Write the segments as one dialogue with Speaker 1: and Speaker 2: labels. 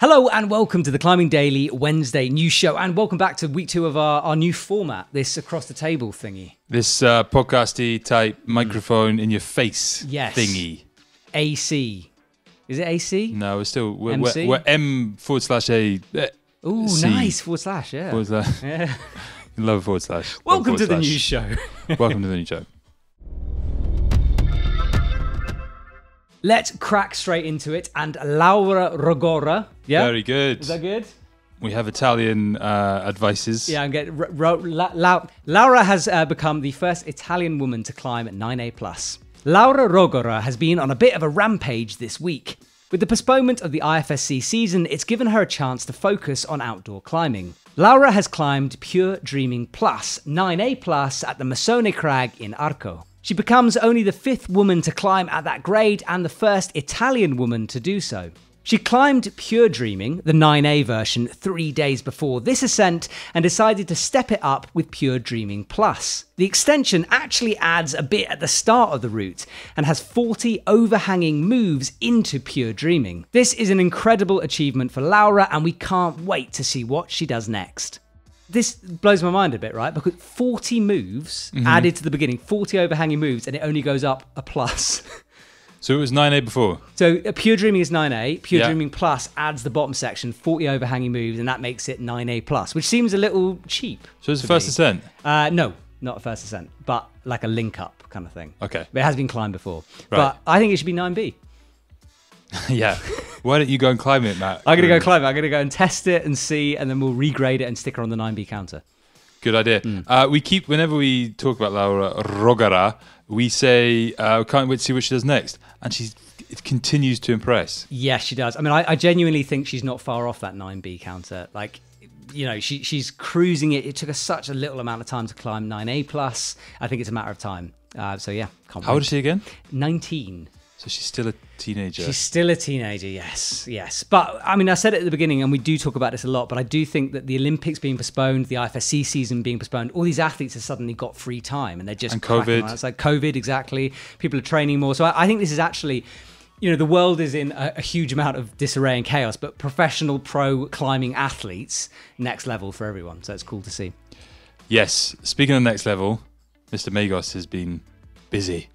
Speaker 1: Hello and welcome to the Climbing Daily Wednesday news show, and welcome back to week two of our, our new format, this across the table thingy.
Speaker 2: This uh, podcasty type microphone in your face
Speaker 1: Yes.
Speaker 2: thingy.
Speaker 1: AC. Is it AC?
Speaker 2: No, we're still we're,
Speaker 1: MC?
Speaker 2: we're, we're M forward slash A. eh,
Speaker 1: Ooh,
Speaker 2: C.
Speaker 1: nice. Forward slash, yeah.
Speaker 2: Forward slash.
Speaker 1: Yeah.
Speaker 2: Love forward slash. love
Speaker 1: Welcome
Speaker 2: forward
Speaker 1: to the
Speaker 2: slash.
Speaker 1: news show.
Speaker 2: Welcome to the new show.
Speaker 1: Let's crack straight into it. And Laura Rogora. Yeah.
Speaker 2: Very good.
Speaker 1: Is that good?
Speaker 2: We have Italian uh, advices.
Speaker 1: Yeah, I'm getting. Ro- Ro- La- La- Laura has uh, become the first Italian woman to climb 9A. plus. Laura Rogora has been on a bit of a rampage this week. With the postponement of the IFSC season, it's given her a chance to focus on outdoor climbing. Laura has climbed Pure Dreaming Plus, 9A Plus, at the Masone Crag in Arco. She becomes only the fifth woman to climb at that grade and the first Italian woman to do so. She climbed Pure Dreaming, the 9A version, three days before this ascent and decided to step it up with Pure Dreaming Plus. The extension actually adds a bit at the start of the route and has 40 overhanging moves into Pure Dreaming. This is an incredible achievement for Laura, and we can't wait to see what she does next this blows my mind a bit, right? Because 40 moves added to the beginning, 40 overhanging moves, and it only goes up a plus.
Speaker 2: So it was 9A before.
Speaker 1: so uh, Pure Dreaming is 9A, Pure
Speaker 2: Yeah.
Speaker 1: Dreaming Plus adds the bottom section, 40 overhanging moves, and that makes it 9A plus, which seems a little cheap.
Speaker 2: So it's
Speaker 1: to
Speaker 2: the first
Speaker 1: me.
Speaker 2: ascent.
Speaker 1: Uh, no, not a first ascent, but like a link up kind of thing.
Speaker 2: Okay.
Speaker 1: But it has been climbed before.
Speaker 2: Right.
Speaker 1: But I think it should be 9B.
Speaker 2: yeah. Why don't you go and climb it, Matt?
Speaker 1: I'm going to go climb it. I'm going to go and test it and see, and then we'll regrade it and stick her on the 9B counter.
Speaker 2: Good idea.
Speaker 1: Mm.
Speaker 2: Uh, we keep whenever we talk about Laura Rogara, we say uh, we can't wait to see what she does next, and she it continues to impress.
Speaker 1: Yes, she does. I mean, I, I genuinely think she's not far off that 9B counter. Like, you know, she, she's cruising it. It took her such a little amount of time to climb 9A plus. I think it's a matter of time. Uh, so yeah, can't
Speaker 2: How
Speaker 1: wait.
Speaker 2: old is she again?
Speaker 1: 19.
Speaker 2: So she's still a teenager.
Speaker 1: She's still a teenager, yes, yes. But I mean, I said it at the beginning, and we do talk about this a lot, but I do think that the Olympics being postponed, the IFSC season being postponed, all these athletes have suddenly got free time and they're just.
Speaker 2: And
Speaker 1: cracking
Speaker 2: COVID.
Speaker 1: on. It's like COVID, exactly. People are training more. So I, I think this is actually. You know, the world is in a, a huge amount of disarray and chaos, but professional pro climbing athletes, next level for everyone. So it's cool to see.
Speaker 2: Yes. Speaking of next level, Mr. Magos has been busy.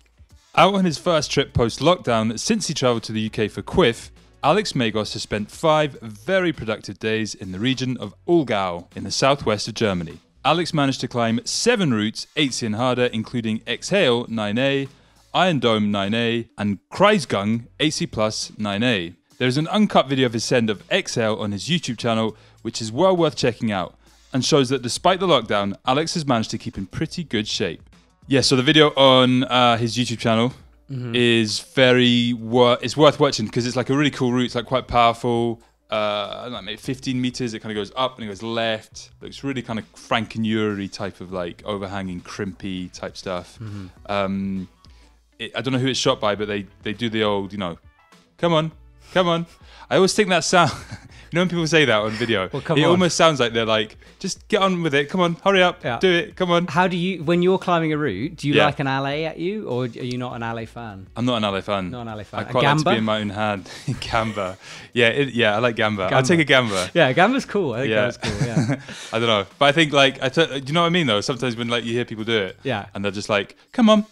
Speaker 2: Out on his first trip post lockdown, since he travelled to the UK for Quiff, Alex Magos has spent five very productive days in the region of Ulgau in the southwest of Germany. Alex managed to climb seven routes, eight sin harder, including Exhale 9A, Iron Dome 9A, and Kreisgang AC Plus 9A. There is an uncut video of his send of Exhale on his YouTube channel, which is well worth checking out and shows that despite the lockdown, Alex has managed to keep in pretty good shape. Yeah, so the video on uh, his YouTube channel
Speaker 1: Mm-hmm.
Speaker 2: is very wor- it's worth watching because it's like a really cool route. It's like quite powerful. Uh, like maybe 15 meters. It kind of goes up and it goes left. Looks really kind of Frankenuri type of like overhanging, crimpy type stuff.
Speaker 1: Mm-hmm.
Speaker 2: Um, it, I don't know who it's shot by, but they they do the old, you know, come on, come on. I always think that sound. you know when people say that on video,
Speaker 1: Well, come
Speaker 2: it
Speaker 1: on.
Speaker 2: almost sounds like they're like, just get on with it. Come on, hurry up,
Speaker 1: Yeah.
Speaker 2: do it. Come on.
Speaker 1: How do you, when you're climbing a route, do you
Speaker 2: Yeah.
Speaker 1: like an alley at you, or are you not an alley fan?
Speaker 2: I'm not an Ale fan.
Speaker 1: Not an Ale fan.
Speaker 2: I
Speaker 1: A
Speaker 2: quite like to
Speaker 1: Gamba?
Speaker 2: be in my own hand. Gamba. Yeah, it, yeah, I like Gamba. I'll
Speaker 1: Gamba.
Speaker 2: take a Gamba.
Speaker 1: Yeah, Gamba's cool. I think
Speaker 2: Yeah.
Speaker 1: Gamba's cool. Yeah.
Speaker 2: I don't know, but I think like I t- do you know what I mean though. Sometimes when like you hear people do it,
Speaker 1: Yeah.
Speaker 2: and they're just like, "Come on,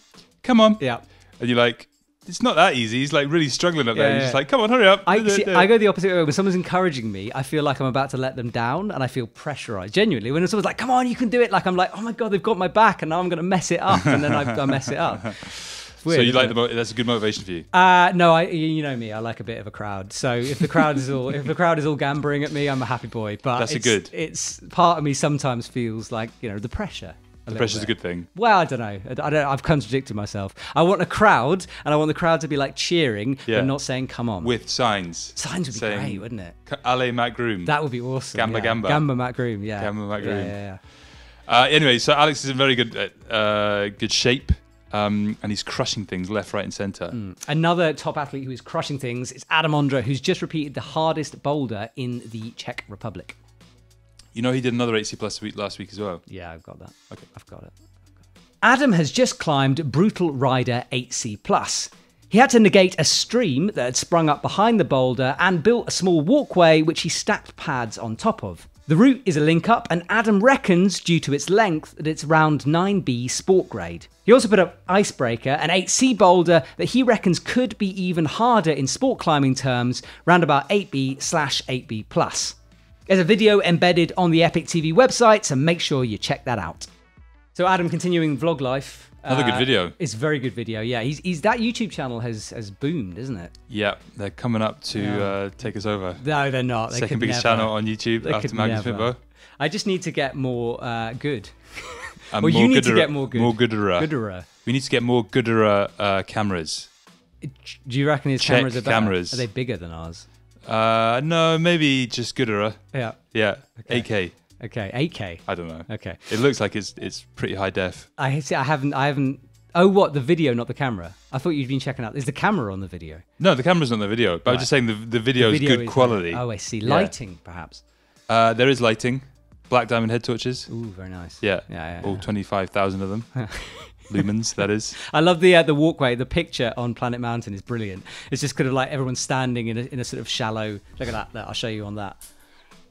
Speaker 2: come on,"
Speaker 1: Yeah.
Speaker 2: and you're like, "It's not that easy." He's like really struggling up there.
Speaker 1: Yeah,
Speaker 2: You're
Speaker 1: yeah.
Speaker 2: just like, "Come on, hurry up."
Speaker 1: I,
Speaker 2: do it,
Speaker 1: see,
Speaker 2: do it."
Speaker 1: I go the opposite way. When someone's encouraging me, I feel like I'm about to let them down and I feel pressurized. Genuinely, when someone's like, come on, you can do it, like I'm like, oh my God, they've got my back and now I'm going to mess it up. And then I, I mess it up. It's weird,
Speaker 2: so you
Speaker 1: isn't
Speaker 2: like
Speaker 1: it?
Speaker 2: the mo- that's a good motivation for you.
Speaker 1: Uh, no, I, you you know me. I like a bit of a crowd. So if the crowd is all if the crowd is all gambling at me, I'm a happy boy. But
Speaker 2: That's a
Speaker 1: it's,
Speaker 2: good-
Speaker 1: It's part of me sometimes feels like you know the pressure.
Speaker 2: The pressure's a good thing.
Speaker 1: Well, I don't know. I don't. I've contradicted myself. I want a crowd, and I want the crowd to be like cheering,
Speaker 2: Yeah.
Speaker 1: but not saying "come on."
Speaker 2: With signs,
Speaker 1: Signs would be
Speaker 2: saying,
Speaker 1: great, wouldn't it?
Speaker 2: "Ca- Ale Matt Groom.
Speaker 1: That would be awesome.
Speaker 2: Gamba
Speaker 1: yeah.
Speaker 2: Gamba.
Speaker 1: Gamba Matt Groom, yeah.
Speaker 2: Gamba Matt
Speaker 1: Yeah,
Speaker 2: Groom.
Speaker 1: yeah, yeah.
Speaker 2: Uh, anyway, so Alex is in very good uh, good shape, um, and he's crushing things left, right, and centre.
Speaker 1: Hmm. Another top athlete who is crushing things is Adam Ondra, who's just repeated the hardest boulder in the Czech Republic.
Speaker 2: You know, he did another 80 plus week last week as well.
Speaker 1: Yeah, I've got that.
Speaker 2: Okay.
Speaker 1: I've got it. Adam has just climbed Brutal Rider 8C+. He had to negate a stream that had sprung up behind the boulder and built a small walkway which he stacked pads on top of. The route is a link up, and Adam reckons, due to its length, that it's round 9B sport grade. He also put up Icebreaker, an 8C boulder that he reckons could be even harder in sport climbing terms, round about 8B slash 8B plus. There's a video embedded on the Epic TV website, so make sure you check that out. So Adam, continuing vlog life. uh,
Speaker 2: Another good video.
Speaker 1: It's a very good video. Yeah, he's, he's that YouTube channel has has boomed, isn't it?
Speaker 2: Yeah, they're coming up to uh, take us over.
Speaker 1: No, they're not. They
Speaker 2: Second
Speaker 1: could
Speaker 2: biggest
Speaker 1: never.
Speaker 2: channel on YouTube
Speaker 1: They
Speaker 2: after
Speaker 1: could
Speaker 2: Magnus
Speaker 1: never.
Speaker 2: Pitbo.
Speaker 1: I just need to get more uh, good.
Speaker 2: And
Speaker 1: well, you need to
Speaker 2: gooder-
Speaker 1: get more good.
Speaker 2: More gooderer.
Speaker 1: Gooderer.
Speaker 2: We need to get more gooderer uh, cameras.
Speaker 1: Do you reckon his
Speaker 2: Check
Speaker 1: cameras are better?
Speaker 2: cameras.
Speaker 1: Are they bigger than ours?
Speaker 2: Uh, no, maybe just gooderer.
Speaker 1: Yeah.
Speaker 2: Yeah, 8K.
Speaker 1: Okay. 8K.
Speaker 2: I don't know.
Speaker 1: Okay.
Speaker 2: It looks like it's it's pretty high def.
Speaker 1: I see. I haven't. I haven't. Oh, what the video, not the camera. I thought you'd been checking out. Is the camera on the video?
Speaker 2: No, the camera's not in the video, but I'm just saying the, the video is
Speaker 1: Video
Speaker 2: good
Speaker 1: is-
Speaker 2: quality.
Speaker 1: Oh, I see.
Speaker 2: Yeah.
Speaker 1: Lighting, perhaps.
Speaker 2: Uh, there is lighting, black diamond head torches.
Speaker 1: Ooh, very nice.
Speaker 2: Yeah,
Speaker 1: Yeah. yeah,
Speaker 2: all
Speaker 1: yeah.
Speaker 2: 25,000 of them. Lumens, that is.
Speaker 1: I love the uh, the walkway. The picture on Planet Mountain is brilliant. It's just kind of like everyone standing in a, in a sort of shallow. Look at that. Look, I'll show you on that.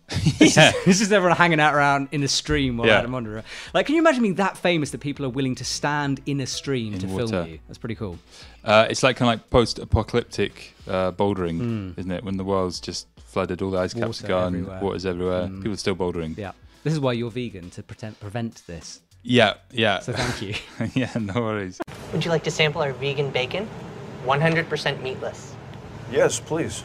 Speaker 2: Yeah.
Speaker 1: This is everyone hanging out around in a stream while
Speaker 2: Yeah.
Speaker 1: Adam Wanderer. Like, can you imagine being that famous that people are willing to stand in a stream to
Speaker 2: water.
Speaker 1: film you? That's pretty cool.
Speaker 2: Uh, it's like kind of like post-apocalyptic uh, bouldering, isn't it? When the world's just flooded, all the ice caps
Speaker 1: Hmm. Water
Speaker 2: are gone,
Speaker 1: everywhere. Hmm.
Speaker 2: water's everywhere. People are still bouldering.
Speaker 1: Yeah. This is why you're vegan to pretend, prevent this.
Speaker 2: yeah, yeah,
Speaker 1: So thank you.
Speaker 2: yeah. No worries.
Speaker 3: Would you like to sample our vegan bacon? 100% meatless.
Speaker 4: Yes, please.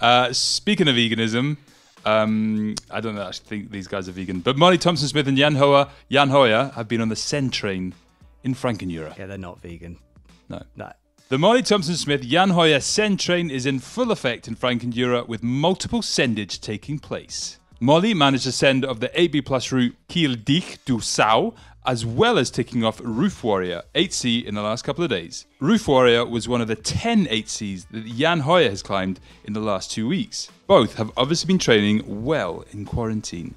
Speaker 2: Uh, speaking of veganism, um, I don't actually think these guys are vegan, but Molly Thompson Smith and Jan Hoyer, Jan Hoyer have been on the Sen train in Frankenjura.
Speaker 1: yeah, they're not vegan.
Speaker 2: No.
Speaker 1: No.
Speaker 2: The Molly Thompson Smith Jan Hoyer Sen train is in full effect in Frankenjura with multiple sendage taking place. Molly managed to send of the AB plus route Kiel Dich du Sau, as well as taking off Roof Warrior 8C in the last couple of days. Roof Warrior was one of the 10 8Cs that Jan Hoyer has climbed in the last two weeks. Both have obviously been training well in quarantine.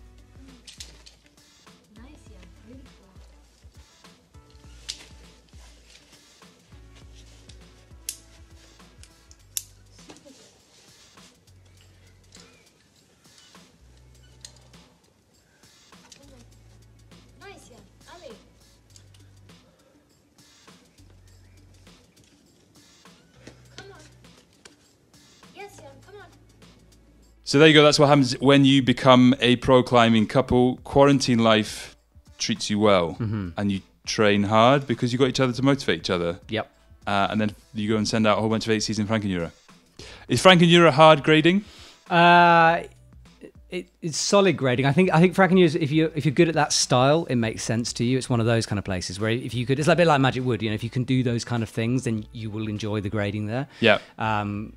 Speaker 5: Nice, yeah. Allez. Come on. Yes, yeah. Come on.
Speaker 2: So there you go. That's what happens when you become a pro climbing couple. Quarantine life treats you well,
Speaker 1: Mm-hmm.
Speaker 2: and you train hard because you got each other to motivate each other.
Speaker 1: Yep.
Speaker 2: Uh, and then you go and send out a whole bunch of eight season Frankenjura. Is Frankenjura hard grading?
Speaker 1: Uh, it, it's solid grading. I think I think Franken is if you if you're good at that style, it makes sense to you. It's one of those kind of places where if you could, it's like a bit like Magic Wood. You know, if you can do those kind of things, then you will enjoy the grading there.
Speaker 2: Yeah,
Speaker 1: Um,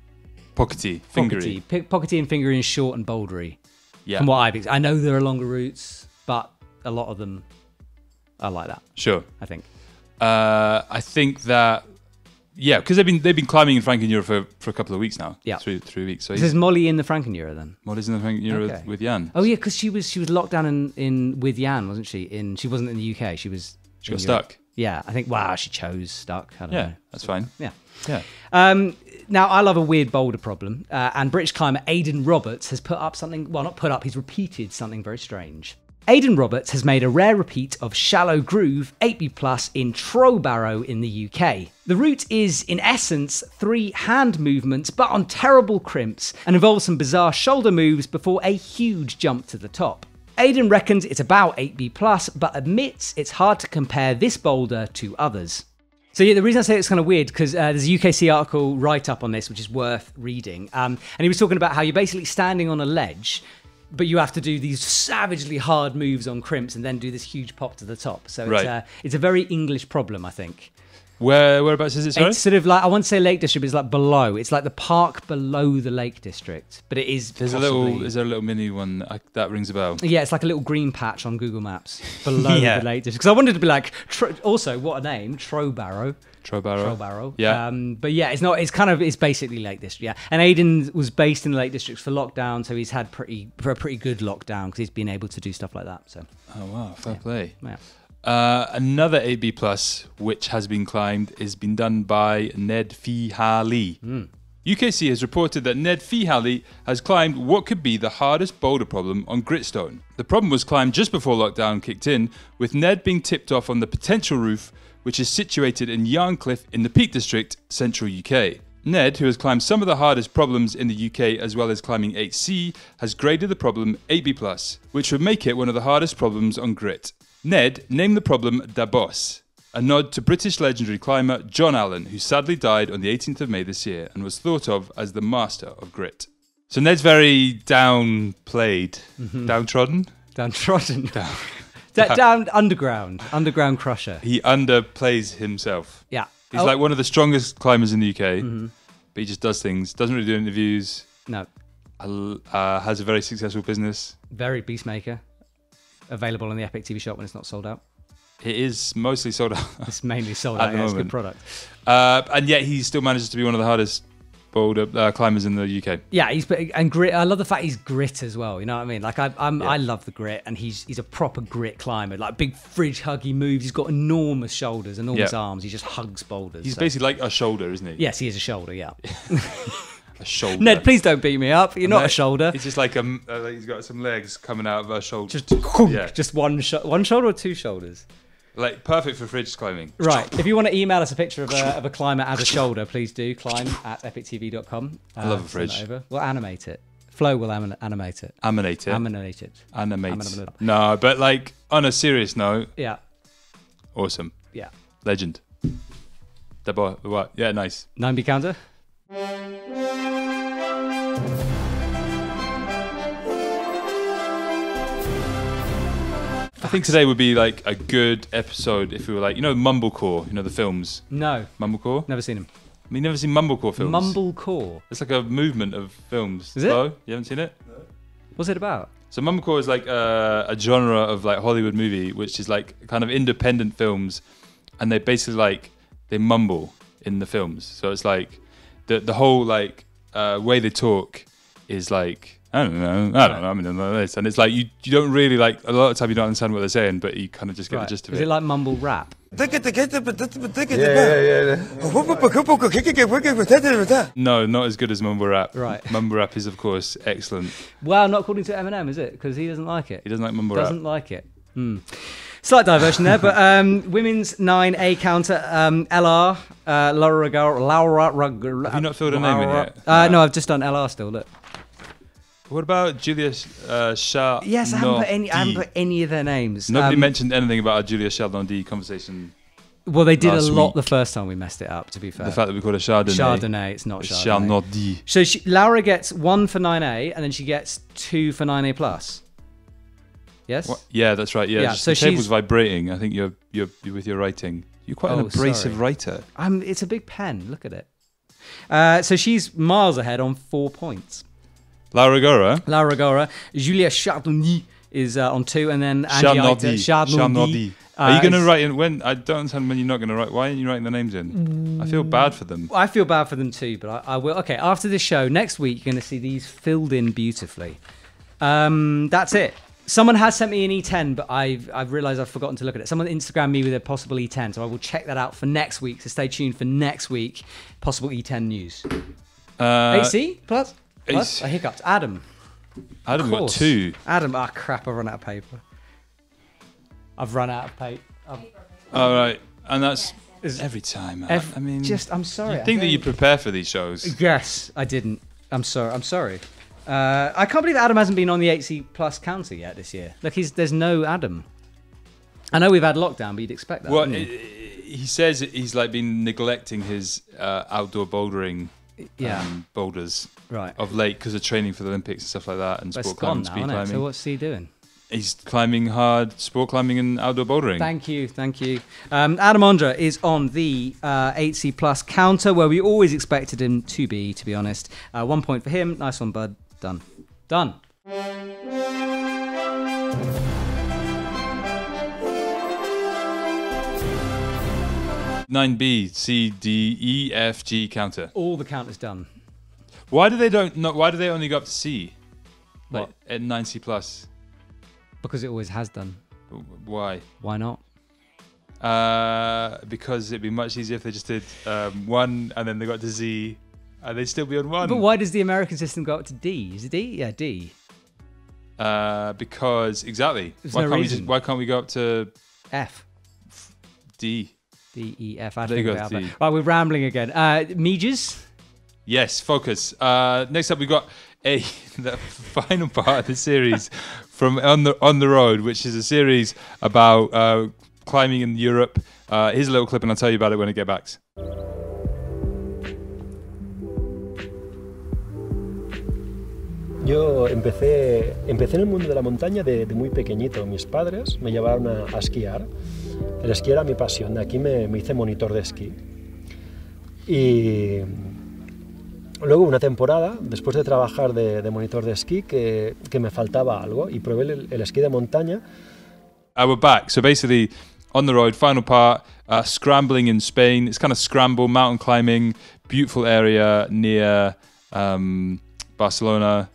Speaker 2: pockety,
Speaker 1: pockety,
Speaker 2: fingery.
Speaker 1: pi- pockety and fingering is short and bouldery.
Speaker 2: Yeah,
Speaker 1: From what I've, ex- I know there are longer routes, but a lot of them are like that.
Speaker 2: sure.
Speaker 1: I think.
Speaker 2: Uh, I think that yeah, because they've been they've been climbing in Frankenjura for, for a couple of weeks now.
Speaker 1: Yeah.
Speaker 2: three three weeks. So
Speaker 1: This is
Speaker 2: he's
Speaker 1: Molly in the Frankenjura then.
Speaker 2: Molly's in the Frankenjura
Speaker 1: Okay.
Speaker 2: with, with Jan.
Speaker 1: Oh yeah, because she was she was locked down in, in with Jan, wasn't she? In she wasn't in the UK. She was.
Speaker 2: She got
Speaker 1: in Europe.
Speaker 2: stuck.
Speaker 1: Yeah, I think. Wow, she chose stuck. I don't
Speaker 2: Yeah,
Speaker 1: know.
Speaker 2: that's fine.
Speaker 1: Yeah.
Speaker 2: Yeah.
Speaker 1: Um, now, I love a weird boulder problem, uh, and British climber Aidan Roberts has put up something, well, not put up, he's repeated something very strange. Aidan Roberts has made a rare repeat of Shallow Groove 8B Plus in Trobarrow in the UK. The route is, in essence, three hand movements, but on terrible crimps, and involves some bizarre shoulder moves before a huge jump to the top. Aidan reckons it's about 8B Plus, but admits it's hard to compare this boulder to others. So yeah, the reason I say it's kind of weird because uh, there's a UKC article write up on this, which is worth reading. Um, and he was talking about how you're basically standing on a ledge, but you have to do these savagely hard moves on crimps and then do this huge pop to the top. So
Speaker 2: Right.
Speaker 1: it's, uh, it's a very English problem, I think.
Speaker 2: Where whereabouts is it? Sorry?
Speaker 1: It's sort of like I want to say Lake District, but it's like below. It's like the park below the Lake District, but it is.
Speaker 2: There's
Speaker 1: possibly,
Speaker 2: a little. Is there a little mini one that, I, that rings a bell?
Speaker 1: Yeah, it's like a little green patch on Google Maps below
Speaker 2: Yeah.
Speaker 1: the Lake District. Because I wanted to be like, tro- also, what a name, Trobarrow.
Speaker 2: Trobarrow.
Speaker 1: Troll Barrow.
Speaker 2: Yeah.
Speaker 1: Um, but yeah, it's not. It's kind of. It's basically Lake District. Yeah. And Aidan was based in the Lake District for lockdown, so he's had pretty for a pretty good lockdown because he's been able to do stuff like that. So
Speaker 2: oh wow, fair play.
Speaker 1: yeah.
Speaker 2: Uh, another AB plus, which has been climbed, has been done by Ned Fihali.
Speaker 1: Hmm.
Speaker 2: UKC has reported that Ned Fihali has climbed what could be the hardest boulder problem on Gritstone. The problem was climbed just before lockdown kicked in, with Ned being tipped off on the potential roof, which is situated in Yarncliffe in the Peak District, central UK. Ned, who has climbed some of the hardest problems in the UK as well as climbing 8C, has graded the problem AB+, which would make it one of the hardest problems on Grit. Ned named the problem Dabos, a nod to British legendary climber John Allen, who sadly died on the 18th of May this year and was thought of as the master of grit. So Ned's very downplayed,
Speaker 1: Mm-hmm.
Speaker 2: downtrodden.
Speaker 1: Downtrodden. Down. down underground. Underground crusher.
Speaker 2: He underplays himself.
Speaker 1: Yeah.
Speaker 2: He's
Speaker 1: Oh, Mm-hmm.
Speaker 2: like one of the strongest climbers in the UK, but he just does things, doesn't really do interviews,
Speaker 1: No.
Speaker 2: uh, has a very successful business.
Speaker 1: Very Beastmaker. Available on the Epic TV shop when it's not sold out.
Speaker 2: It is mostly sold out.
Speaker 1: It's mainly sold
Speaker 2: At
Speaker 1: out.
Speaker 2: the
Speaker 1: yeah, it's a good product.
Speaker 2: moment. Uh, and yet he still manages to be one of the hardest boulder uh, climbers in the UK.
Speaker 1: Yeah, he's but and grit. I love the fact he's grit as well. You know what I mean? Like I, I'm, I love the grit, and he's he's a proper grit climber. Like big fridge huggy moves. He's got enormous shoulders, enormous
Speaker 2: Yeah.
Speaker 1: arms. He just hugs boulders.
Speaker 2: He's
Speaker 1: so-
Speaker 2: basically like a shoulder, isn't he?
Speaker 1: yes, he is a shoulder. Yeah,
Speaker 2: A shoulder.
Speaker 1: Ned, please don't beat me up. You're not
Speaker 2: No,
Speaker 1: a shoulder.
Speaker 2: It's just like um, uh, like he's got some legs coming out of a shoulder.
Speaker 1: Just, whoonk,
Speaker 2: yeah.
Speaker 1: just one sho- one shoulder or two shoulders.
Speaker 2: like perfect for fridge climbing.
Speaker 1: Right. If you want to email us a picture of a, of a climber as a shoulder, please do. Climb at epictv.com. I
Speaker 2: love a fridge.
Speaker 1: Uh, Over. We'll animate it. Flo will anim- animate it.
Speaker 2: Aminate.
Speaker 1: Animate it.
Speaker 2: Animate.
Speaker 1: Aminate.
Speaker 2: No, but like on a serious note,
Speaker 1: Yeah.
Speaker 2: awesome.
Speaker 1: Yeah.
Speaker 2: Legend. The boy, what? Yeah, nice.
Speaker 1: Nine B counter.
Speaker 2: I think today would be like a good episode if we were like, you know, Mumblecore, you know, the films.
Speaker 1: No.
Speaker 2: Mumblecore?
Speaker 1: Never seen him.
Speaker 2: I mean, you never seen Mumblecore films?
Speaker 1: Mumblecore.
Speaker 2: It's like a movement of films.
Speaker 1: Is it?
Speaker 2: Flo, you haven't seen it?
Speaker 1: What's it about?
Speaker 2: So mumblecore is like a, a genre of like Hollywood movie, which is like kind of independent films, and they basically like they mumble in the films. So it's like the the whole like uh, way they talk is like I don't know, I don't know, I mean, I don't know this, and it's like you you don't really like a lot of time you don't understand what they're saying, but you kind of just get
Speaker 1: Right.
Speaker 2: the gist of
Speaker 1: Is
Speaker 2: it.
Speaker 1: it like mumble rap?
Speaker 2: no, not as good as mumble rap.
Speaker 1: Right.
Speaker 2: mumble rap is of course excellent.
Speaker 1: Well, not according to Eminem, is it? Because he doesn't like it.
Speaker 2: He doesn't like mumble
Speaker 1: doesn't
Speaker 2: rap.
Speaker 1: like it. Hmm. Slight diversion there, but um, women's 9A counter, um, LR, uh, Laura Rugger, Laura Rugger. Have
Speaker 2: you not filled her name in yet?
Speaker 1: Uh, no, I've just done LR still, look.
Speaker 2: What about Julia uh, Shah?
Speaker 1: Yes, I haven't, put any, I haven't put any of their names.
Speaker 2: Nobody
Speaker 1: Um,
Speaker 2: mentioned anything about our Julia Chardon D conversation.
Speaker 1: Well, they did a
Speaker 2: last
Speaker 1: lot
Speaker 2: week.
Speaker 1: the first time we messed it up, to be fair.
Speaker 2: The fact that we called her Chardonnay.
Speaker 1: Chardonnay, it's not
Speaker 2: It's
Speaker 1: Chardonnay.
Speaker 2: Chardon D.
Speaker 1: So she, Laura gets one for 9A, and then she gets two for 9A plus. Yes.
Speaker 2: What? Yeah, that's right. Yeah,
Speaker 1: Yeah,
Speaker 2: just
Speaker 1: so
Speaker 2: the table's
Speaker 1: she's-
Speaker 2: vibrating. I think you're, you're you're with your writing. You're quite an
Speaker 1: Oh,
Speaker 2: abrasive
Speaker 1: sorry.
Speaker 2: writer.
Speaker 1: Um, it's a big pen. Look at it. Uh, so she's miles ahead on four points.
Speaker 2: Laura Gora.
Speaker 1: Laura Gora, Julia Chardonnay is uh, on two, and then Angie Aita, Chardonnay. uh,
Speaker 2: Are you going
Speaker 1: is-
Speaker 2: to write in when? I don't understand when you're not going to write. Why aren't you writing the names in? I feel bad for them.
Speaker 1: I feel bad for them too, but I, I will. Okay, after this show next week, you're going to see these filled in beautifully. Um, that's it. Someone has sent me an E10, but I've I've realised I've forgotten to look at it. Someone Instagrammed me with a possible E10, so I will check that out for next week. So stay tuned for next week possible E10 news.
Speaker 2: Uh,
Speaker 1: AC plus plus
Speaker 2: AC.
Speaker 1: I hiccuped. Adam,
Speaker 2: Adam got
Speaker 1: course.
Speaker 2: two.
Speaker 1: Adam, ah crap, I've run out of paper. I've run out of paper.
Speaker 2: All right, and that's every time. I- I mean,
Speaker 1: just I'm sorry. I
Speaker 2: think that
Speaker 1: don't-
Speaker 2: you prepare for these shows.
Speaker 1: Yes, I didn't. I'm sorry. I'm sorry. Uh, I can't believe Adam hasn't been on the 8C plus counter yet this year. Look, he's there's no Adam. I know we've had lockdown, but you'd expect that.
Speaker 2: Well,
Speaker 1: wouldn't
Speaker 2: i
Speaker 1: you?
Speaker 2: i- he says he's like been neglecting his uh, outdoor bouldering,
Speaker 1: yeah.
Speaker 2: um, boulders
Speaker 1: Right.
Speaker 2: of late because of training for the Olympics and stuff like that, and
Speaker 1: but it's
Speaker 2: sport
Speaker 1: gone now,
Speaker 2: climbing, speed
Speaker 1: isn't it?
Speaker 2: climbing.
Speaker 1: So what's he doing?
Speaker 2: He's climbing hard, sport climbing and outdoor bouldering.
Speaker 1: Thank you, thank you. Um, Adam Ondra is on the uh, 8C plus counter where we always expected him to be. To be honest, uh, one point for him. Nice one, bud. Done. Done.
Speaker 2: Nine B C D E F G counter.
Speaker 1: All the counters done.
Speaker 2: Why do they don't? No, why do they only go up to C? Like
Speaker 1: What?
Speaker 2: at nine C plus.
Speaker 1: Because it always has done.
Speaker 2: Why?
Speaker 1: Why not?
Speaker 2: uh, because it'd be much easier if they just did um, one and then they got to Z and they'd still be on one.
Speaker 1: But why does the American system go up to D? Is it D? Yeah, D.
Speaker 2: Uh, because exactly.
Speaker 1: There's
Speaker 2: why
Speaker 1: no
Speaker 2: can't we
Speaker 1: reason.
Speaker 2: just? Why can't we go up to
Speaker 1: F.
Speaker 2: D?
Speaker 1: D E F. I
Speaker 2: There
Speaker 1: think
Speaker 2: you
Speaker 1: we
Speaker 2: go,
Speaker 1: have that.
Speaker 2: D.
Speaker 1: Right, we're rambling again. Uh, Meges.
Speaker 2: Yes, focus. Uh, next up, we got a the final part of the series from on the on the road, which is a series about uh, climbing in Europe. Uh, here's a little clip, and I'll tell you about it when I get back.
Speaker 4: Yo empecé, empecé en el mundo de la montaña de, de muy pequeñito. Mis padres me llevaron a, a esquiar. El esquí era mi pasión. De aquí me, me hice monitor de esquí. Y luego una temporada, después de trabajar de, de monitor de esquí, que, que me faltaba algo y probé el- el esquí de montaña
Speaker 2: Uh, we're back. So basically, on the road, final part, uh, scrambling in Spain. It's kind of scramble, mountain climbing, beautiful area near um, Barcelona.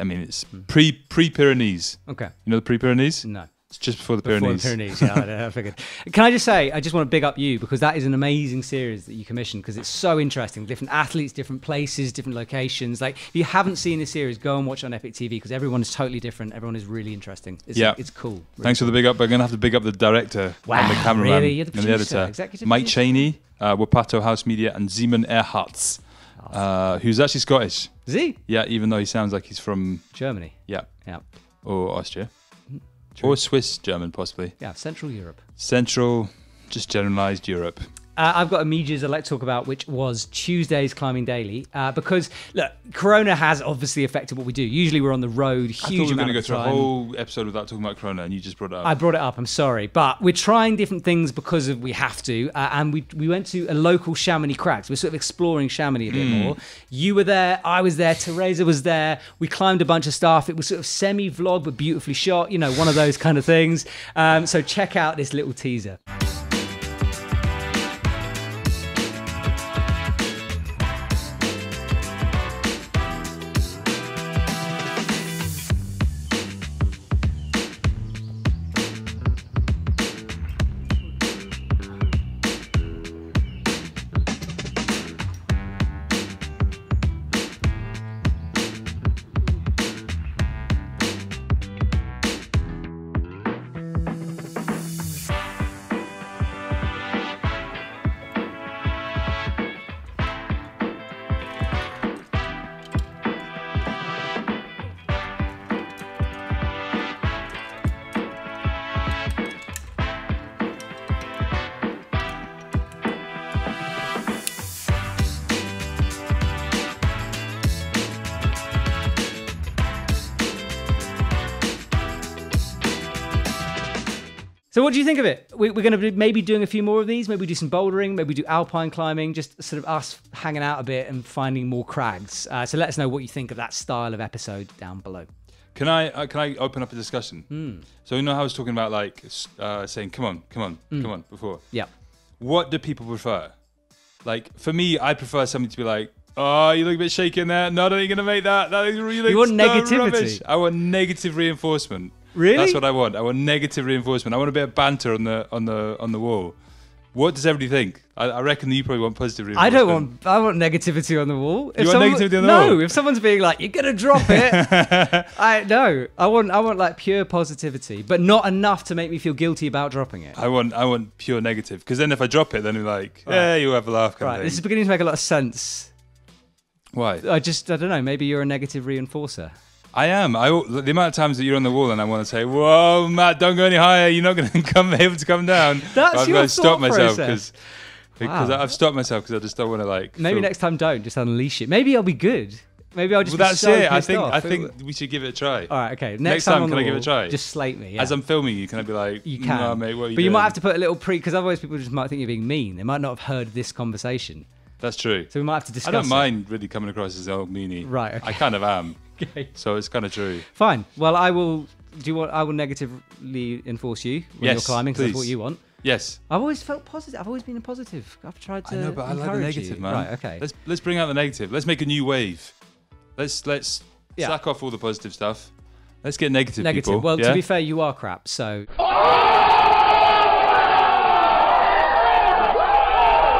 Speaker 2: I mean, it's pre pre Pyrenees.
Speaker 1: Okay.
Speaker 2: You know the pre Pyrenees?
Speaker 1: Hmm. No.
Speaker 2: It's just before the
Speaker 1: Before
Speaker 2: Pyrenees.
Speaker 1: the Pyrenees, yeah, I, know, I figured. Can I just say, I just want to big up you because that is an amazing series that you commissioned because it's so interesting. Different athletes, different places, different locations. Like, if you haven't seen this series, go and watch it on Epic TV because everyone is totally different. Everyone is really interesting. It's,
Speaker 2: Yeah.
Speaker 1: it's cool.
Speaker 2: Thanks for the big up. We're going to have to big up the director and the
Speaker 1: Wow,
Speaker 2: cameraman
Speaker 1: really? You're the
Speaker 2: and the
Speaker 1: producer,
Speaker 2: editor.
Speaker 1: executive
Speaker 2: Mike
Speaker 1: producer?
Speaker 2: Cheney, uh, Wapato House Media, and Zeman Erhardt, uh, who's actually Scottish.
Speaker 1: Z,
Speaker 2: Yeah, even though he sounds like he's from,
Speaker 1: Germany.
Speaker 2: yeah,
Speaker 1: Yeah.
Speaker 2: or Austria.
Speaker 1: Mm-hmm.
Speaker 2: Or Swiss German, possibly.
Speaker 1: Yeah. Central Europe.
Speaker 2: Central, just generalized Europe.
Speaker 1: Uh, I've got a Meges I'd like to talk about, which was Tuesday's Climbing Daily. Uh, because, look, Corona has obviously affected what we do. Usually we're on the road,
Speaker 2: I thought
Speaker 1: huge
Speaker 2: we were
Speaker 1: amount
Speaker 2: going to go
Speaker 1: of
Speaker 2: through
Speaker 1: time.
Speaker 2: a whole episode without talking about Corona, and you just brought it up.
Speaker 1: I brought it up. I'm sorry, but we're trying different things because of we have to. Uh, and we we went to a local Chamonix cracks. We're sort of exploring Chamonix a
Speaker 2: Hmm.
Speaker 1: bit more. You were there, I was there, Teresa was there. We climbed a bunch of stuff. It was sort of semi vlog, but beautifully shot. You know, one of those kind of things. Um, so check out this little teaser. So what do you think of it? We, we're going to be maybe doing a few more of these. Maybe we do some bouldering. Maybe we do alpine climbing. Just sort of us hanging out a bit and finding more crags. Uh, so let us know what you think of that style of episode down below.
Speaker 2: Can I uh, can I open up a discussion?
Speaker 1: Hmm.
Speaker 2: So you know how I was talking about like s- uh, saying come on, come on,
Speaker 1: Hmm.
Speaker 2: come on before.
Speaker 1: Yeah.
Speaker 2: What do people prefer? Like for me, I prefer somebody to be like, oh, you look a bit shaky in there. No, no, you're gonna make that. That is really.
Speaker 1: You want
Speaker 2: no,
Speaker 1: negativity?
Speaker 2: rubbish." I want negative reinforcement.
Speaker 1: Really?
Speaker 2: That's what I want. I want negative reinforcement. I want a bit of banter on the on the on the wall. What does everybody think? I, I reckon that you probably want positive
Speaker 1: I
Speaker 2: reinforcement.
Speaker 1: don't want. I want negativity on the wall. If
Speaker 2: You want
Speaker 1: someone-
Speaker 2: negativity on the
Speaker 1: no,
Speaker 2: wall?
Speaker 1: if someone's being like, "You're gonna drop it," I no. I want. I want like pure positivity, but not enough to make me feel guilty about dropping it.
Speaker 2: I want I want pure negative because then if I drop it, then you're like, yeah, you have a laugh. Kind
Speaker 1: Right.
Speaker 2: of
Speaker 1: This is
Speaker 2: thing.
Speaker 1: beginning to make a lot of sense.
Speaker 2: Why?
Speaker 1: I just. I don't know. Maybe you're a negative reinforcer.
Speaker 2: I am. I the amount of times that you're on the wall and I want to say, "Whoa, Matt, don't go any higher. You're not going to come able to come down."
Speaker 1: That's
Speaker 2: I've
Speaker 1: your
Speaker 2: got to
Speaker 1: thought
Speaker 2: stop myself
Speaker 1: process.
Speaker 2: because because
Speaker 1: Wow.
Speaker 2: I've stopped myself because I just don't want to like.
Speaker 1: Maybe
Speaker 2: feel-
Speaker 1: next time, don't just unleash it. Maybe I'll be good. Maybe I'll just.
Speaker 2: Well,
Speaker 1: be
Speaker 2: that's
Speaker 1: so
Speaker 2: it. I
Speaker 1: pissed
Speaker 2: think
Speaker 1: off.
Speaker 2: I
Speaker 1: It
Speaker 2: think
Speaker 1: w-
Speaker 2: we should give it a try.
Speaker 1: All right. Okay. Next,
Speaker 2: Next
Speaker 1: time,
Speaker 2: time,
Speaker 1: on
Speaker 2: can
Speaker 1: the
Speaker 2: I give it a
Speaker 1: wall,
Speaker 2: try?
Speaker 1: Just slate me. Yeah.
Speaker 2: As I'm filming you, can I be like,
Speaker 1: you can.
Speaker 2: "Nah, mate, what are you
Speaker 1: but you might
Speaker 2: doing?"
Speaker 1: have to put a little pre, because otherwise people just might think you're being mean. They might not have heard this conversation.
Speaker 2: That's true.
Speaker 1: So we might have to
Speaker 2: I
Speaker 1: discuss.
Speaker 2: don't
Speaker 1: it.
Speaker 2: mind really coming across as old meanie.
Speaker 1: Right, okay.
Speaker 2: I kind of am.
Speaker 1: Okay.
Speaker 2: So it's kind of true.
Speaker 1: Fine. Well, I will. Do you want? I will negatively enforce you when you're
Speaker 2: Yes,
Speaker 1: climbing because that's what
Speaker 2: please.
Speaker 1: you want.
Speaker 2: Yes.
Speaker 1: I've always felt positive. I've always been a positive. I've tried to.
Speaker 2: I know, but I like the
Speaker 1: encourage
Speaker 2: negative,
Speaker 1: you.
Speaker 2: man.
Speaker 1: Right. Okay.
Speaker 2: Let's let's bring out the negative. Let's make a new wave. Let's let's
Speaker 1: Yeah.
Speaker 2: sack off all the positive stuff. Let's get negative.
Speaker 1: negative.
Speaker 2: People.
Speaker 1: Well,
Speaker 2: yeah?
Speaker 1: to be fair, you are crap. So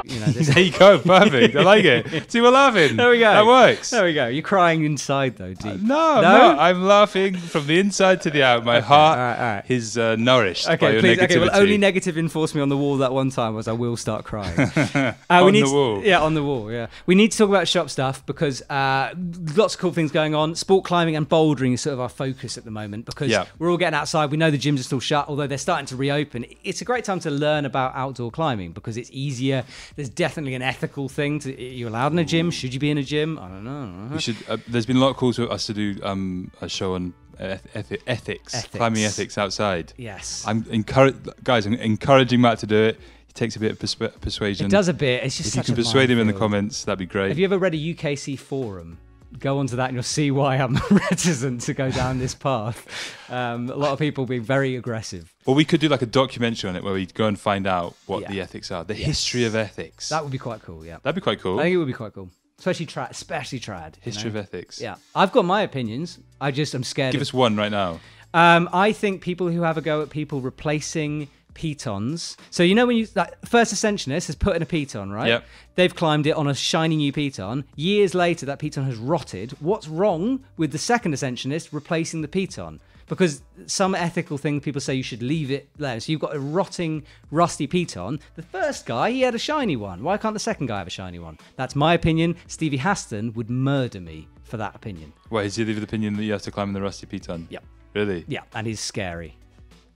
Speaker 1: You know, there's-
Speaker 2: There you go. Perfect. I like it. See, we're laughing.
Speaker 1: there we go.
Speaker 2: That works.
Speaker 1: There we go. You're crying inside though, deep.
Speaker 2: No, I'm not. I'm laughing from the inside to the out. My heart
Speaker 1: all right, all right.
Speaker 2: is uh, nourished by
Speaker 1: Okay,
Speaker 2: your
Speaker 1: please.
Speaker 2: negativity.
Speaker 1: Okay, well, only negative enforced me on the wall that one time, was I will start crying. Uh,
Speaker 2: On
Speaker 1: need
Speaker 2: the
Speaker 1: to-
Speaker 2: wall.
Speaker 1: yeah, on the wall. Yeah, we need to talk about shop stuff because uh, lots of cool things going on. Sport climbing and bouldering is sort of our focus at the moment because
Speaker 2: Yeah.
Speaker 1: we're all getting outside. We know the gyms are still shut, although they're starting to reopen. It's a great time to learn about outdoor climbing because it's easier. There's definitely an ethical thing. To, you're allowed in a gym. Should you be in a gym? I don't know. I don't know.
Speaker 2: We should. Uh, there's been a lot of calls for us to do um, a show on eth- eth- ethics,
Speaker 1: Ethics.
Speaker 2: climbing ethics outside.
Speaker 1: Yes.
Speaker 2: I'm encouraging guys. I'm encouraging Matt to do it. It takes a bit of persp- persuasion.
Speaker 1: it does a bit. It's just
Speaker 2: If you
Speaker 1: such
Speaker 2: can
Speaker 1: a
Speaker 2: persuade him in the
Speaker 1: minefield.
Speaker 2: comments, that'd be great.
Speaker 1: Have you ever read a UKC forum? Go onto that and you'll see why I'm reticent to go down this path. Um, a lot of people being very aggressive.
Speaker 2: Well, we could do like a documentary on it where we go and find out what
Speaker 1: Yeah.
Speaker 2: the ethics are, the history of ethics.
Speaker 1: That
Speaker 2: That,
Speaker 1: would be quite cool. Yeah,
Speaker 2: would be quite cool.
Speaker 1: I think it would be quite cool, especially trad, especially trad. you
Speaker 2: history
Speaker 1: know?
Speaker 2: of ethics.
Speaker 1: Yeah, I've got my opinions. I just I'm scared.
Speaker 2: Give
Speaker 1: of-
Speaker 2: us one right now.
Speaker 1: Um, I think people who have a go at people replacing pitons. So you know when you that first ascensionist has put in a piton, right?
Speaker 2: Yep.
Speaker 1: They've climbed it on a shiny new piton. Years later, that piton has rotted. What's wrong with the second ascensionist replacing the piton? Because some ethical thing people say you should leave it there. So you've got a rotting, rusty piton. The first guy, he had a shiny one. Why can't the second guy have a shiny one? That's my opinion. Stevie Haston would murder me for that opinion.
Speaker 2: Wait, is he of the opinion that you have to climb in the rusty piton?
Speaker 1: Yep.
Speaker 2: Really?
Speaker 1: Yeah, and he's scary.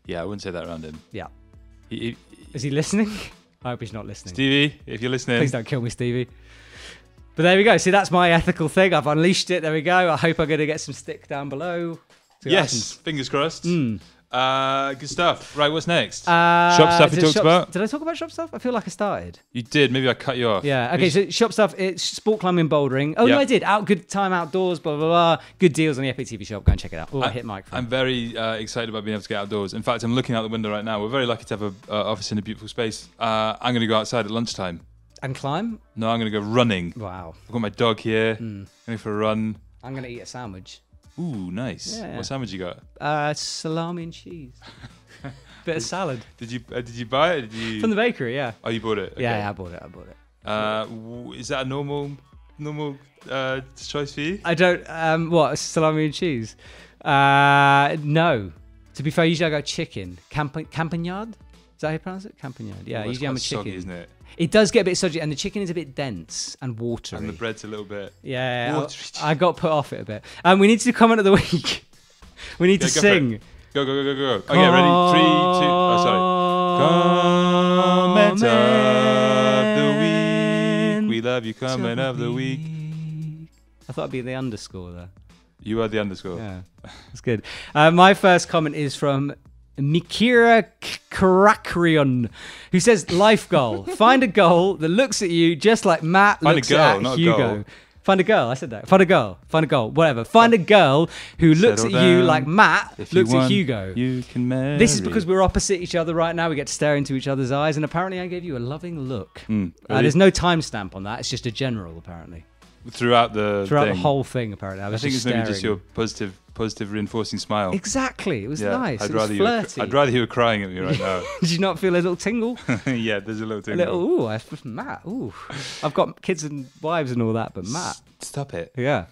Speaker 2: Yeah, I wouldn't say that around him.
Speaker 1: Yeah.
Speaker 2: He- he-
Speaker 1: Is he listening? I hope he's not listening.
Speaker 2: Stevie, if you're listening,
Speaker 1: Please don't kill me, Stevie. But there we go. See, that's my ethical thing. I've unleashed it. There we go. I hope I'm going to get some stick down below. See what
Speaker 2: Yes,
Speaker 1: happens.
Speaker 2: fingers crossed. Uh, good stuff. Right, what's next?
Speaker 1: Hmm. Uh,
Speaker 2: shop stuff we
Speaker 1: did
Speaker 2: talked
Speaker 1: shop-
Speaker 2: about.
Speaker 1: Did I talk about shop stuff? I feel like I started.
Speaker 2: You did. Maybe I cut you off.
Speaker 1: Yeah. Okay.
Speaker 2: We
Speaker 1: So shop stuff. It's sport climbing, bouldering. Oh no,
Speaker 2: Yeah.
Speaker 1: I did. Out good time outdoors. Blah blah blah. Good deals on the Epic TV shop. Go and check it out. Oh, I, hit microphone.
Speaker 2: I'm very uh, excited about being able to get outdoors. In fact, I'm looking out the window right now. We're very lucky to have an uh, office in a beautiful space. Uh, I'm going to go outside at lunchtime.
Speaker 1: and climb.
Speaker 2: No, I'm going to go running.
Speaker 1: Wow.
Speaker 2: I've got my dog here.
Speaker 1: Hmm.
Speaker 2: Going for a run.
Speaker 1: I'm going to eat a sandwich.
Speaker 2: Ooh, nice.
Speaker 1: Yeah.
Speaker 2: What sandwich you got?
Speaker 1: Uh, salami and cheese. Bit of salad
Speaker 2: Did you uh, did you buy it? Did you?
Speaker 1: from the bakery. Yeah.
Speaker 2: oh, you bought it. Okay.
Speaker 1: Yeah, yeah. I bought it. I bought it.
Speaker 2: Uh, w- is that a normal normal uh, choice for you?
Speaker 1: I don't. Um, what salami and cheese? Uh, no. To be fair, usually I go chicken. Camp- campagnard. Is that how you pronounce it? Campagnard. Yeah,
Speaker 2: Well, it's
Speaker 1: usually I'm a
Speaker 2: quite
Speaker 1: chicken.
Speaker 2: soggy, isn't it?
Speaker 1: It does get a bit soggy, and the chicken is a bit dense and watery.
Speaker 2: And the bread's a little bit.
Speaker 1: yeah, I-
Speaker 2: Watery.
Speaker 1: I got put off it a bit. Um, we need to do comment of the week. we need
Speaker 2: Yeah,
Speaker 1: to
Speaker 2: go for it.
Speaker 1: sing.
Speaker 2: Go, go, go, go, go. Okay, ready? Three, two.
Speaker 1: Oh.
Speaker 2: Oh, sorry. Comment of the week. We love you, comment of the week.
Speaker 1: I thought it'd be the underscore there.
Speaker 2: You are the underscore.
Speaker 1: Yeah, that's good. Uh, my first comment is from Mikira K- Karakrion, who says, "Life goal: find a goal that looks at you just like Matt
Speaker 2: Find a
Speaker 1: looks
Speaker 2: girl,
Speaker 1: at
Speaker 2: not a
Speaker 1: Hugo."
Speaker 2: goal.
Speaker 1: Find a girl. I said that. Find a girl. Find a girl. Whatever. Find a girl who looks at
Speaker 2: Settle
Speaker 1: you
Speaker 2: down.
Speaker 1: like Matt
Speaker 2: If you
Speaker 1: looks at
Speaker 2: want,
Speaker 1: Hugo.
Speaker 2: You can marry.
Speaker 1: This is because we're opposite each other right now. We get to stare into each other's eyes, and apparently, I gave you a loving look. Uh,
Speaker 2: really?
Speaker 1: there's no timestamp on that. It's just a general, apparently,
Speaker 2: throughout the
Speaker 1: throughout
Speaker 2: thing.
Speaker 1: the whole thing. Apparently, I
Speaker 2: I
Speaker 1: was
Speaker 2: think
Speaker 1: just
Speaker 2: it's maybe just
Speaker 1: staring.
Speaker 2: your positive, positive reinforcing smile.
Speaker 1: Exactly. It was
Speaker 2: Yeah,
Speaker 1: nice.
Speaker 2: I'd
Speaker 1: it
Speaker 2: rather
Speaker 1: was
Speaker 2: you. Were,
Speaker 1: flirty.
Speaker 2: cr- I'd rather you were crying at me right now.
Speaker 1: Did you not feel a little tingle?
Speaker 2: yeah, there's a little.
Speaker 1: A little, ooh, I, Matt, ooh. I've got kids and wives and all that, but Matt,
Speaker 2: Stop it.
Speaker 1: yeah.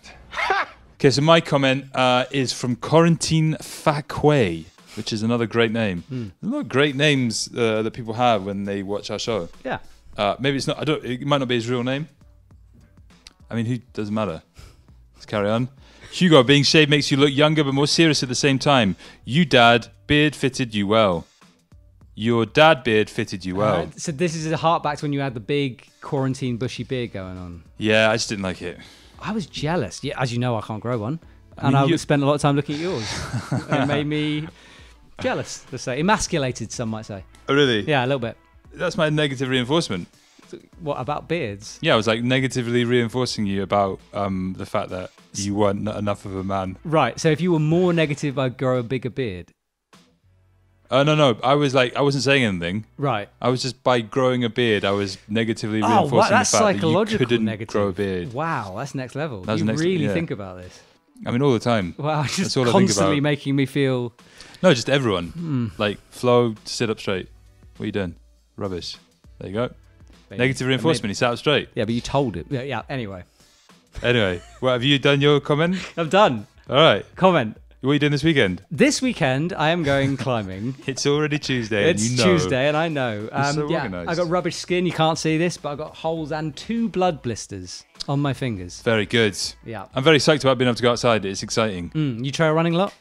Speaker 2: Okay, so my comment uh, is from Quarantine Fakwe, which is another great name.
Speaker 1: Hmm.
Speaker 2: There's a lot of great names uh, that people have when they watch our show.
Speaker 1: Yeah.
Speaker 2: Uh, maybe it's not. I don't. It might not be his real name. I mean, who doesn't matter? Let's carry on. Hugo, being shaved makes you look younger but more serious at the same time. You dad beard fitted you well. Your dad beard fitted you well.
Speaker 1: Alright, so this is a heart back to when you had the big quarantine bushy beard going on.
Speaker 2: Yeah, I just didn't like it.
Speaker 1: I was jealous. Yeah, as you know, I can't grow one. And I,
Speaker 2: mean, you-
Speaker 1: spent a lot of time looking at yours. and it made me jealous, let's say. Emasculated, some might say.
Speaker 2: Oh, really?
Speaker 1: Yeah, a little bit.
Speaker 2: That's my negative reinforcement.
Speaker 1: What about beards?
Speaker 2: Yeah, I was like negatively reinforcing you about um, the fact that you weren't not enough of a man.
Speaker 1: Right, so if you were more negative, I'd grow a bigger beard.
Speaker 2: Oh no, no, I was like, I wasn't saying anything.
Speaker 1: Right.
Speaker 2: I was just by growing a beard, I was negatively
Speaker 1: Oh,
Speaker 2: reinforcing
Speaker 1: wow, that's
Speaker 2: the fact
Speaker 1: psychological
Speaker 2: that you couldn't
Speaker 1: negative.
Speaker 2: grow a beard.
Speaker 1: Wow, that's next level.
Speaker 2: That's
Speaker 1: you
Speaker 2: next-
Speaker 1: really
Speaker 2: yeah.
Speaker 1: think about this.
Speaker 2: I mean, all the time.
Speaker 1: Wow, it's just
Speaker 2: That's all I think
Speaker 1: constantly Hmm.
Speaker 2: about.
Speaker 1: making me feel.
Speaker 2: No, just everyone. Like, flow, sit up straight. What are you doing? Rubbish. There you go. Negative reinforcement. He sat up straight.
Speaker 1: Yeah, but you told him. Yeah, yeah. Anyway,
Speaker 2: Anyway, well, have you done your comment?
Speaker 1: I'm done.
Speaker 2: All right.
Speaker 1: Comment.
Speaker 2: What are you doing this weekend?
Speaker 1: This weekend, I am going climbing.
Speaker 2: It's already Tuesday. and
Speaker 1: It's
Speaker 2: you know.
Speaker 1: Tuesday, and I know. Um,
Speaker 2: so
Speaker 1: yeah,
Speaker 2: organised.
Speaker 1: I got rubbish skin. You can't see this, but I got holes and two blood blisters on my fingers.
Speaker 2: Very good.
Speaker 1: Yeah.
Speaker 2: I'm very psyched about being able to go outside. It's exciting.
Speaker 1: Mm, you trail running a lot?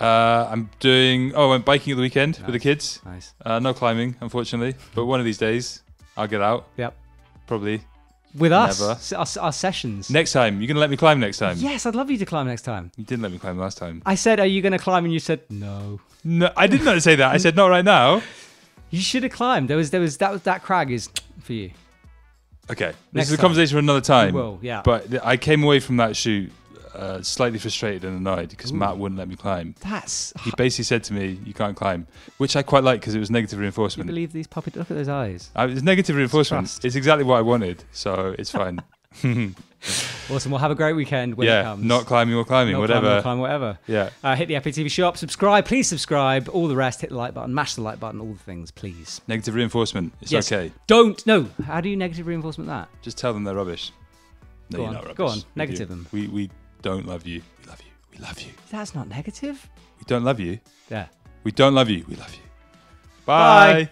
Speaker 2: Uh, I'm doing. Oh, I'm biking at the weekend with the kids.
Speaker 1: Nice.
Speaker 2: Uh, no climbing, unfortunately. But one of these days, I'll get out.
Speaker 1: Yep.
Speaker 2: Probably
Speaker 1: With us,
Speaker 2: Never.
Speaker 1: s- our, our sessions.
Speaker 2: next time. You're gonna let me climb next time.
Speaker 1: yes, I'd love you to climb next time.
Speaker 2: You didn't let me climb last time.
Speaker 1: I said, "Are you going to climb?" And you said, "No."
Speaker 2: No, I did not say that. I said not right now.
Speaker 1: You should have climbed. There was, there was that, was- that crag is for you.
Speaker 2: Okay, this
Speaker 1: Next
Speaker 2: is a
Speaker 1: time.
Speaker 2: conversation for another time.
Speaker 1: will, yeah.
Speaker 2: But th- I came away from that shoot uh, slightly frustrated and annoyed because Matt wouldn't let me climb.
Speaker 1: That's.
Speaker 2: He basically said to me, "You can't climb," which I quite like because it was negative
Speaker 1: You
Speaker 2: reinforcement.
Speaker 1: believe these puppy? Look at those eyes.
Speaker 2: Uh, it's negative reinforcement.
Speaker 1: Trust.
Speaker 2: It's exactly what I wanted, so it's fine.
Speaker 1: Awesome. We'll have a great weekend when it
Speaker 2: yeah,
Speaker 1: comes.
Speaker 2: not climbing or climbing,
Speaker 1: No
Speaker 2: whatever.
Speaker 1: Climb, no climb, whatever.
Speaker 2: Yeah.
Speaker 1: Uh, hit the Apple TV shop. Subscribe. Please subscribe. All the rest. Hit the like button. Mash the like button. All the things, please.
Speaker 2: Negative reinforcement. It's
Speaker 1: Yes.
Speaker 2: okay.
Speaker 1: Don't. No. How do you negative reinforcement that?
Speaker 2: Just tell them they're rubbish. No,
Speaker 1: Go
Speaker 2: you're
Speaker 1: on,
Speaker 2: not rubbish.
Speaker 1: go on,
Speaker 2: We do.
Speaker 1: negative them.
Speaker 2: We we don't love you. We love you. We love you.
Speaker 1: That's not negative.
Speaker 2: We don't love you.
Speaker 1: Yeah.
Speaker 2: We don't love you. We love you. Bye.
Speaker 1: Bye.